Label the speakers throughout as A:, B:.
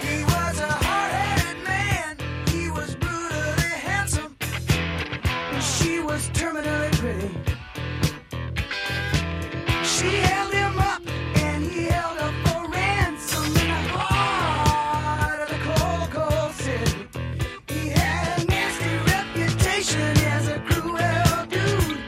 A: He was a hard-headed man. He was brutally handsome. And she was terminally pretty. She held him up, and he held up for ransom in the heart of the cold, cold city. He had a nasty reputation as a cruel dude.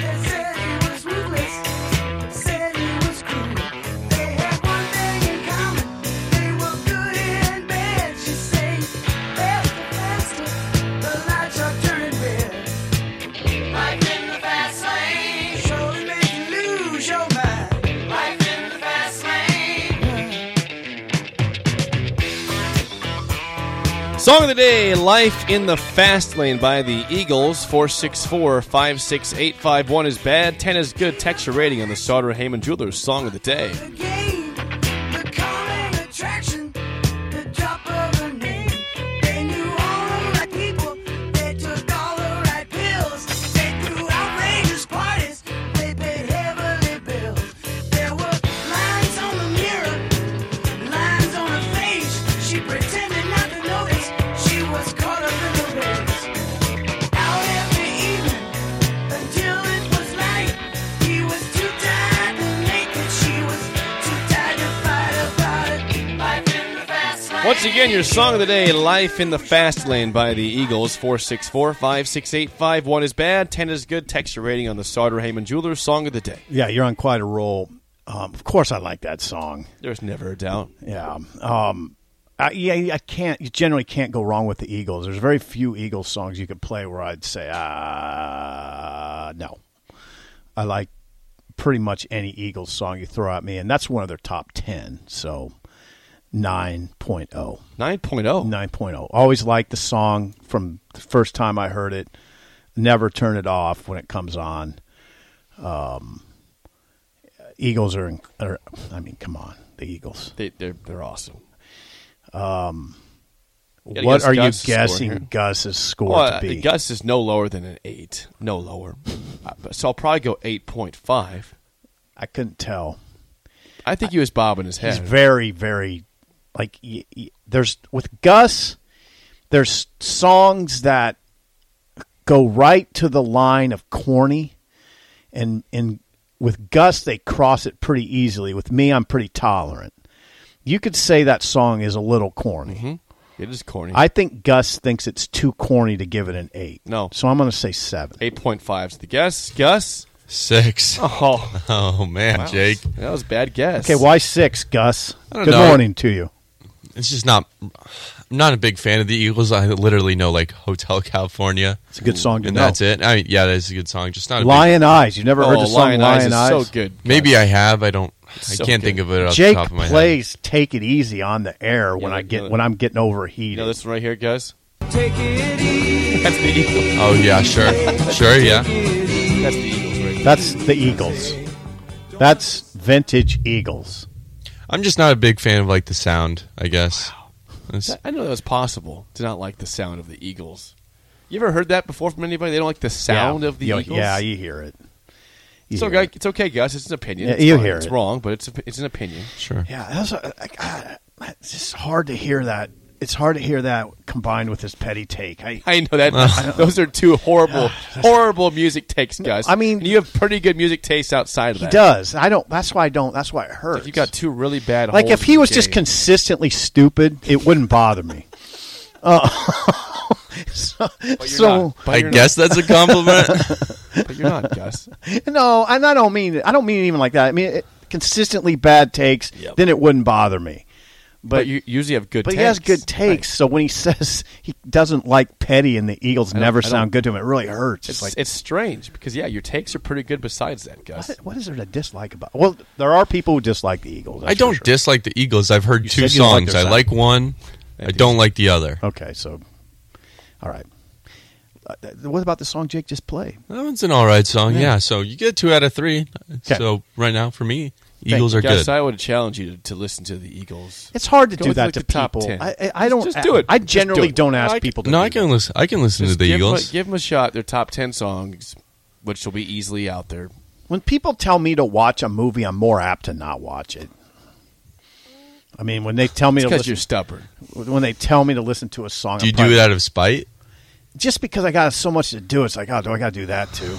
A: They said he was ruthless. Said he was cruel. They had one thing in common. They were good in bed. She sang, "Fast the faster, the lights are turning red." Life in the fast lane surely make you lose your mind. Life in the fast lane.
B: Song of the day, Life in the Fast Lane by the Eagles. 464 56851 is bad, 10 is good. Texture rating on the Sauter Heyman Jewelers Song of the Day.
A: The game, the calling attraction, the drop of a name. They knew all the right people. They took all the right pills. They threw outrageous parties. They paid heavily bills. There were lines on the mirror, lines on her face. She pretended not to notice. She was caught up in the race. Out every evening until it was light. He was too tired to make it. She was too tired to fight about it. Life in the fast lane.
B: Once again, your song of the day, Life in the Fast Lane by the Eagles. 464 56851 is bad, 10 is good. Texture rating on the Sauter Heyman Jewelers Song of the Day.
C: Yeah, you're on quite a roll. Um, of course, I like that song.
B: There's never a doubt.
C: Yeah. Um, I, yeah, I can't. You generally can't go wrong with the Eagles. There's very few Eagles songs you could play where I'd say, ah, no. I like pretty much any Eagles song you throw at me, and that's one of their top 10. So oh. 9.0.
B: 9.0.
C: 9.0. oh. Always liked the song from the first time I heard it. Never turn it off when it comes on. Um, Eagles are, in, are, I mean, come on, the Eagles.
B: They, they're, they're awesome. gotta
C: What
B: guess
C: are you
B: Gus's score
C: guessing
B: here.
C: Gus's score
B: Well,
C: to
B: uh,
C: be?
B: Gus is no lower than an 8. No lower. Uh, so I'll probably go 8.5.
C: I couldn't tell.
B: I think he was bobbing his
C: He's
B: head.
C: very, very like y y there's with Gus. There's songs that go right to the line of corny, and and with Gus they cross it pretty easily. With me, I'm pretty tolerant. You could say that song is a little corny.
B: it is corny.
C: I think Gus thinks it's too corny to give it an eight.
B: No.
C: so I'm going to say seven.
B: 8.5 is the guess. Gus?
D: Six.
B: Oh,
D: Oh man, Jake,
B: that was a bad guess.
C: Okay, why six, Gus?
D: don't
C: Good
D: know.
C: morning to you.
D: it's just not. I'm not a big fan of the Eagles. I literally know like Hotel California,
C: It's a good song to
D: and
C: know.
D: that's it. I mean, yeah, that is a good song. Just not a big-
C: Lion Eyes. You've never
B: Oh,
C: heard the song
B: Lion,
C: Lion,
B: Eyes is
C: Eyes?
B: so good.
D: Maybe I have. I don't. I
B: so
D: can't
B: good.
D: think of it off
C: Jake
D: the top of my head.
C: plays "Take It Easy" on the air when
B: Yeah,
C: I get
B: yeah.
C: when I'm getting
B: You
C: overheated.
B: know this one right here, Gus?
A: Take it easy.
B: That's the Eagles.
D: Oh yeah, sure, sure,
B: That's
D: yeah.
B: the Eagles right there.
C: That's the Eagles. That's vintage Eagles.
D: I'm just not a big fan of like the sound. I guess. It's-
B: I didn't know that was possible to not like the sound of the Eagles. You ever heard that before from anybody? They don't like the sound
C: Yeah.
B: of the
C: Yeah,
B: Eagles?
C: Yeah, you hear it. You
B: It's
C: hear
B: okay,
C: it.
B: it's okay, Gus. It's an opinion.
C: Yeah,
B: it's
C: you
B: fine.
C: hear
B: It's
C: it.
B: wrong, but it's, a, it's an opinion.
D: Sure.
C: Yeah, that's I- I- I- it's just hard to hear that. It's hard to hear that combined with this petty take. I,
B: I know that. those are two horrible, horrible music takes, Gus.
C: I mean-
B: And you have pretty good music taste outside of
C: he
B: that.
C: does. I don't. That's why I don't. That's why it hurts.
B: You got two really bad.
C: like
B: holes
C: if he
B: in
C: was
B: the
C: just
B: game.
C: consistently stupid, it wouldn't bother me. Uh, so, so-
B: not. But
D: I
B: you're
D: guess that's a compliment.
B: not, but you're not, Gus.
C: No, and I don't mean I don't mean even like that. I mean it, consistently bad takes. Then it wouldn't bother me. But
B: But you usually have good.
C: but
B: takes.
C: he has good takes. So when he says he doesn't like Petty and the Eagles
B: don't- I
C: never
B: don't-
C: sound good to him, it really hurts.
B: It's
C: It's, like
B: it's strange because yeah, your takes are pretty good. Besides that, Gus,
C: what- what is there to dislike about? Well, there are people who dislike the Eagles.
D: I
C: that's for
D: don't
C: sure.
D: dislike the Eagles. I've heard
C: You
D: two
C: said you don't like
D: songs.
C: their
D: I
C: sound.
D: like one. I don't like the other.
C: Okay, so all right. Uh, th- what about the song Jake just played?
D: That one's an all right song. Yeah. so you get two out of three.
C: 'Kay.
D: So right now for me, Eagles are
B: Gus,
D: good.
B: I would challenge you to, to listen to the Eagles.
C: It's hard to
B: Go
C: do
B: with,
C: that
B: like,
C: to
B: the top
C: people.
B: 10.
C: I, I- I don't.
B: Just do it.
C: I
B: Just
C: generally
B: do it.
C: don't ask
B: I-
C: people to
D: no,
C: do
D: I can
C: that.
D: listen. I can listen to
B: Just
D: the
B: give, 'em a,
D: Eagles.
B: give 'em a shot. Their top ten songs, which will be easily out there.
C: When people tell me to watch a movie, I'm more apt to not watch it. I mean, when they tell me to
B: Because you're
C: listen,
B: stubborn.
C: when they tell me to listen to a song,
D: do you
C: I'm
D: do
C: probably-
D: it out of spite?
C: just because I got so much to do? It's like, oh, do I got to do that too?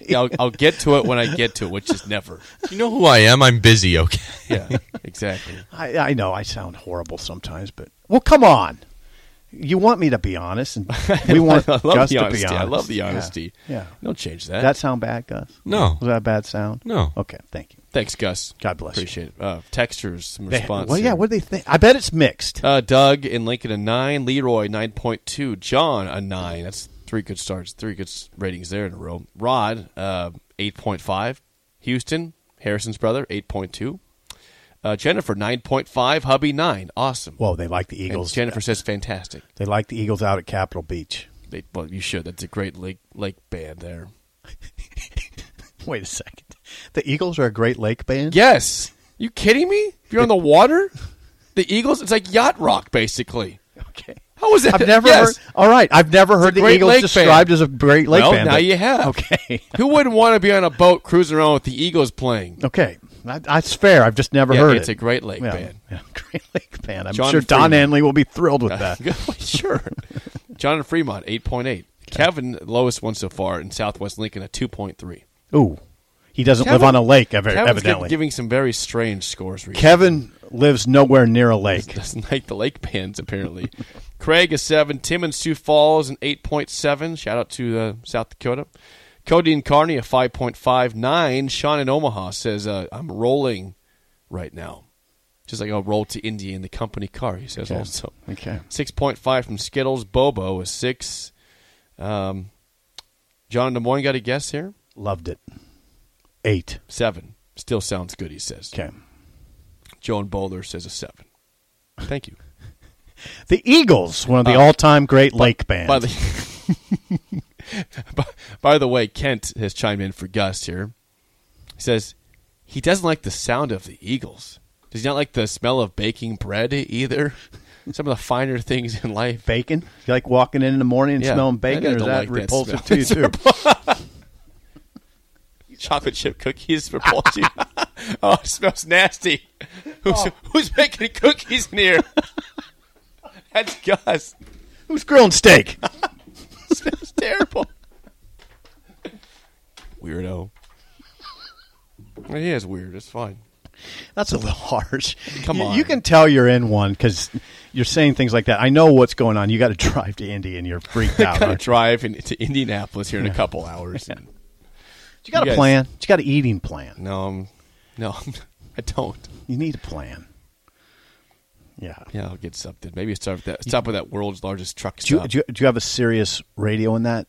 B: Yeah, I'll, I'll get to it when I get to it, which is never.
D: You know who I am. I'm busy. Okay.
B: Yeah, exactly.
C: I, I know I sound horrible sometimes, but well, come on. You want me to be honest, and we want
B: I love
C: Gus
B: the
C: to be
B: honesty.
C: honest.
B: I love the
C: Yeah.
B: honesty.
C: Yeah.
B: Don't change that.
C: Did that sound bad, Gus?
D: No.
C: Was that a bad sound?
D: No.
C: Okay, thank you.
B: Thanks, Gus.
C: God bless you.
B: Appreciate it. Uh, textures, some
C: They-
B: response.
C: well, yeah.
B: here.
C: What do they think? I bet it's mixed.
B: Uh, Doug in Lincoln a nine, Leroy nine point two, John a nine. That's three good starts, three good s- ratings there in a row. Rod uh, eight point five, Houston Harrison's brother eight point two, uh, Jennifer nine point five, hubby nine. Awesome.
C: Whoa, they like the
B: And
C: Eagles.
B: Jennifer says fantastic.
C: They like the Eagles out at Capitol Beach.
B: They, well, you should. That's a great lake lake band there.
C: Wait a second. The Eagles are a Great Lake band.
B: Yes. You kidding me? You're on the water. The Eagles. It's like yacht rock, basically.
C: Okay.
B: How is it?
C: I've never
B: Yes.
C: heard. All right, I've never heard the
B: Great
C: Eagles
B: Lake
C: described
B: band.
C: as a Great Lake
B: well,
C: band.
B: now
C: but-
B: you have.
C: Okay.
B: Who wouldn't want to be on a boat cruising around with the Eagles playing?
C: Okay, That- that's fair. I've just never
B: Yeah,
C: heard
B: it's
C: it.
B: a Great Lake
C: yeah.
B: band.
C: Yeah, Great Lake band. I'm
B: John
C: sure Don
B: Freeman.
C: Henley will be thrilled with that.
B: sure. John and Fremont, 8.8. Kevin, lowest one so far in Southwest Lincoln, at 2.3.
C: Ooh, he doesn't live
B: Kevin-
C: on a lake, ev-
B: Kevin's
C: evidently.
B: get- giving some very strange scores recently.
C: Kevin lives nowhere near a lake.
B: Doesn't like the lake bands, apparently. Craig is 7. Tim in Sioux Falls, an 8.7. Shout out to uh, South Dakota. Cody and Carney, a 5.59. Sean in Omaha says, uh, I'm rolling right now. Just like I'll roll to India in the company car, he says also.
C: Okay.
B: Six point five from Skittles. Bobo is six. Um, John Des Moines got a guess here.
C: Loved it. Eight.
B: Seven still sounds good. He says.
C: Okay.
B: Joan Bowler says a seven. Thank you.
C: The Eagles, one of the all-time great lake bands.
B: By the by, by the way, Kent has chimed in for Gus here. He says he doesn't like the sound of the Eagles. Does he not like the smell of baking bread either? Some of the finer things in life.
C: bacon. You like walking in in the morning and
B: Yeah.
C: smelling
B: I
C: bacon,
B: don't
C: or is that
B: like that
C: repulsive
B: smell.
C: to you too?
B: chocolate chip cookies for Pulse. oh, it smells nasty. Who's, who's making cookies in here? That's Gus.
C: Who's grilling steak?
B: It smells terrible. Weirdo. Well, He is weird. It's fine.
C: That's a little harsh.
B: Come
C: You-
B: on.
C: you can tell you're in one because you're saying things like that. I know what's going on. You got to drive to Indy, and you're freaked out.
B: Got to
C: aren't you
B: drive in, to Indianapolis here in a couple hours. And
C: You got
B: You
C: a
B: guys-
C: plan. You got an eating plan.
B: no, I'm, no, I'm, I don't.
C: You need a plan. Yeah.
B: Yeah, I'll get something. Maybe start with that. Stop with that world's largest truck
C: Do
B: stop.
C: you, do, you, do you have a serious radio in that?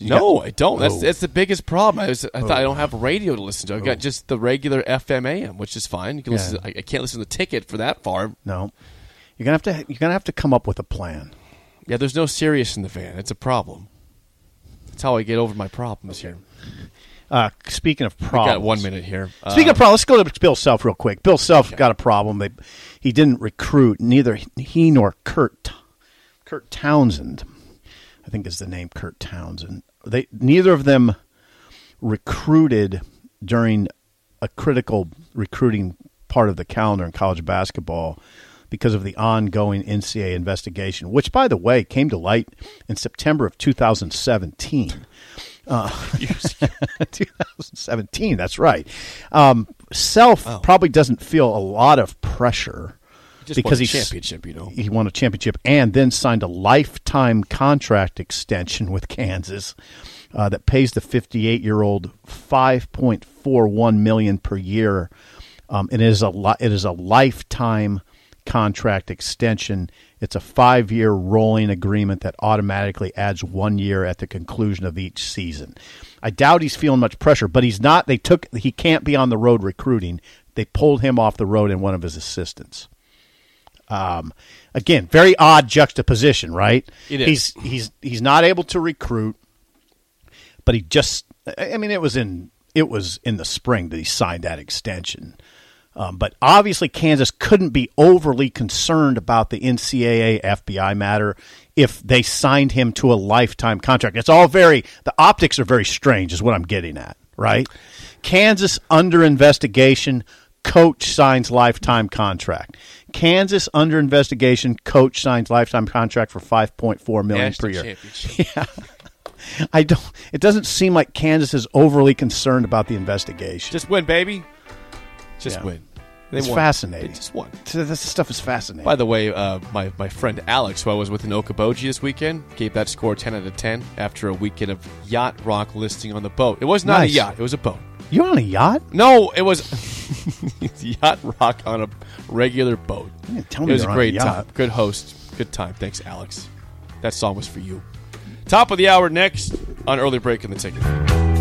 C: You
B: No,
C: got-
B: I don't. That's
C: Oh.
B: that's the biggest problem. I, was, I thought I don't have radio to listen to. I've got just the regular FM AM, which is fine. You can
C: Yeah.
B: listen. To, I, I can't listen to the ticket for that far.
C: no. You're gonna have to. You're gonna have to come up with a plan.
B: Yeah, there's no Sirius in the van. It's a problem. That's how I get over my problems here.
C: Uh, speaking of problems,
B: Got one minute here.
C: Speaking
B: Uh,
C: of problems, let's go to Bill Self real quick. Bill Self got a problem. They, he didn't recruit neither he nor Kurt Kurt Townsend, I think is the name Kurt Townsend. They neither of them recruited during a critical recruiting part of the calendar in college basketball because of the ongoing NCAA investigation, which by the way came to light in September of 2017. 2017. That's right. Um, Self probably doesn't feel a lot of pressure
B: just won
C: because
B: a
C: he
B: championship, you know.
C: he won a championship and then signed a lifetime contract extension with Kansas uh, that pays the 58 year old 5.41 million per year. Um, it is a li- it is a lifetime contract extension. It's a five year rolling agreement that automatically adds one year at the conclusion of each season. I doubt he's feeling much pressure, but he's not. They took he can't be on the road recruiting. They pulled him off the road and one of his assistants. Um, again, very odd juxtaposition, right?
B: It is.
C: He's he's he's not able to recruit, but he just. I I mean, it was in it was in the spring that he signed that extension. Um, but obviously, Kansas couldn't be overly concerned about the NCAA FBI matter if they signed him to a lifetime contract. It's all very, the optics are very strange, is what I'm getting at, right? Kansas under investigation, coach signs lifetime contract. Kansas under investigation, coach signs lifetime contract for 5.4 million per
B: National
C: year.
B: championship.
C: I don't. It doesn't seem like Kansas is overly concerned about the investigation.
B: Just win, baby. Just
C: Yeah.
B: win.
C: It's
B: won.
C: fascinating.
B: They just won.
C: So this stuff is fascinating.
B: By the way, uh, my, my friend Alex, who I was with in Okoboji this weekend, gave that score 10 out of 10 after a weekend of yacht rock listing on the boat. It was not
C: Nice.
B: a yacht, it was a boat.
C: You're on a yacht?
B: No, it was yacht rock on a regular boat.
C: didn't tell
B: it
C: me
B: was
C: they
B: a
C: were on a
B: great
C: yacht.
B: time. Good host. Good time. Thanks, Alex. That song was for you. Top of the hour next on early break in the ticket.